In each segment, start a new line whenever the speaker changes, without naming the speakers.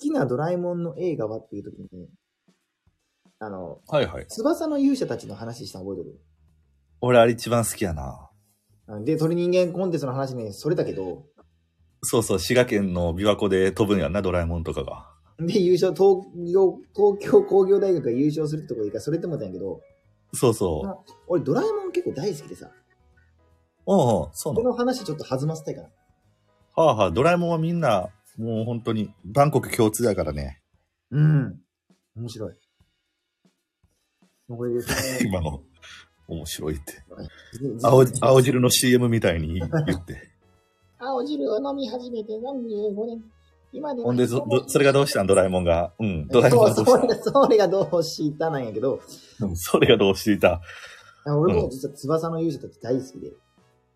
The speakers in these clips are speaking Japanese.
きなドラえもんの映画はっていうときに、あの、
はいはい。
翼の勇者たちの話したの覚えてる
俺あれ一番好きやな。
うんで、鳥人間コンテストの話ね、それだけど、
そうそう、滋賀県の琵琶湖で飛ぶんやな、ドラえもんとかが。
で、優勝、東京、東京工業大学が優勝するってとこで一回それってもったんやけど、
そうそう。
俺ドラえもん結構大好きでさ、
うんうん、そうな
こ
の。
の話ちょっと弾ませたいから。
はあはあ、ドラえもんはみんな、もう本当に、バンコク共通やからね。
うん。面白い。これですね。
今の、面白いって。
ぜぜひ
青青汁の CM みたいに言って。
青汁を飲み始めて45年。今では
ほんでそ、どそれがどうしたんドラえもんが。うん、ドラえもんがど
そううそれ
し
が、それがどうしたなんやけど、
たうんそれがどうしていた。
俺も実は翼の勇者たち大好きで、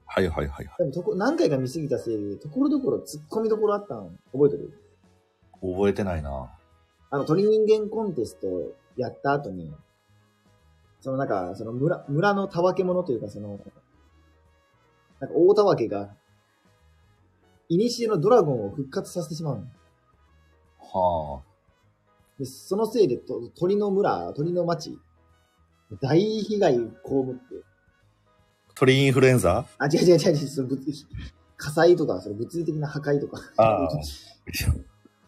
はいはいはいはい。
でもとこ何回か見すぎたせいで、ところどころ突っ込みどころあったの覚えてる
覚えてないな。
あの、鳥人間コンテストやった後に、そのなんか、その村、村のたわけ者というか、その、なんか大たわけが、古のドラゴンを復活させてしまうの。
は
でそのせいでと鳥の村、鳥の町、大被害被って、
あ。鳥インフルエンザ
あ、違う違う違う違う、その物理、火災とか、その物理的な破壊とか、
ああ。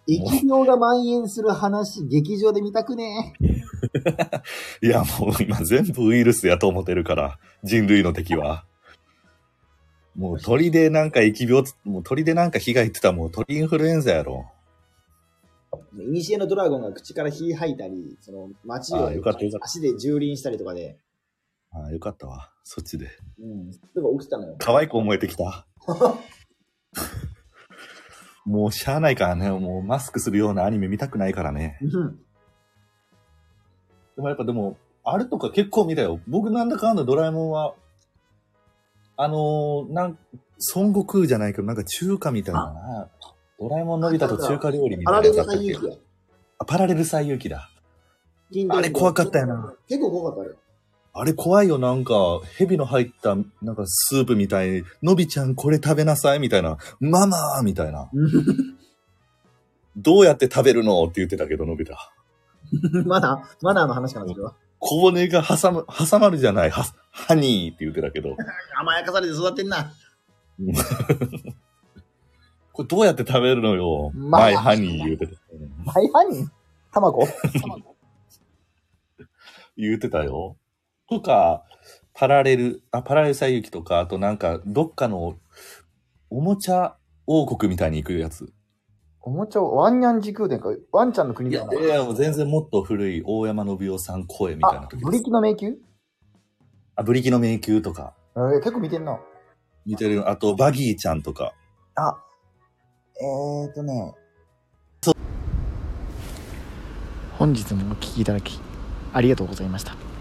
疫病が蔓延する話、劇場で見たくねえ。
いや、もう今全部ウイルスやと思ってるから、人類の敵は。もう鳥でなんか疫病つ、もう鳥でなんか被害って言ったらもう鳥インフルエンザやろ。
いにしえのドラゴンが口から火吐いたり、その街
あ
を
あ、よかったよかっ
足で蹂躙したりとかで、
た。ああ、よかったわ。そっちで。
うん、とか起きたのよ。
可愛く思えてきた。もうしゃあないからね、もうマスクするようなアニメ見たくないからね。
うん。
でもやっぱでも、あれとか結構見たよ。僕なんだかんだドラえもんは、あのー、なん、孫悟空じゃないけど、なんか中華みたいな。ドラえもんのび太と中華料理み
あ
た
ら
いな
れ
やつあ
の
ったっ
最
け
優秀や。
あパラレル最遊記だ。
筋
あれ怖かったよな。
結構怖かったあれ。
あれ怖いよ、なんか、蛇の入った、なんかスープみたいに、のびちゃんこれ食べなさい、みたいな。ママーみたいな。どうやって食べるのって言ってたけど、のび太。
マナー、マナーの話かな、それは。
小骨が挟む、挟まるじゃない。はハニーって言ってたけど。
甘やかされて育ってんな。
これどうやって食べるのよ。
ママ
マイハニー言うてた。
大犯人卵
言うてたよ。とか、パラレル、あ、パラレル最遊記とか、あとなんか、どっかの、おもちゃ王国みたいに行くやつ。
おもちゃ、ワンニャン時空伝か、ワンちゃんの国
い
だ
や
よ、
いや、もう全然もっと古い大山信夫さん声みたいな
あ、
時
ブ
です
リ。キの迷宮
あ、ブリキの迷宮とか、
えー結構見てんな。
似てる。あと、バギーちゃんとか。
あ、えーとね。本日もお聞きいただき、ありがとうございました。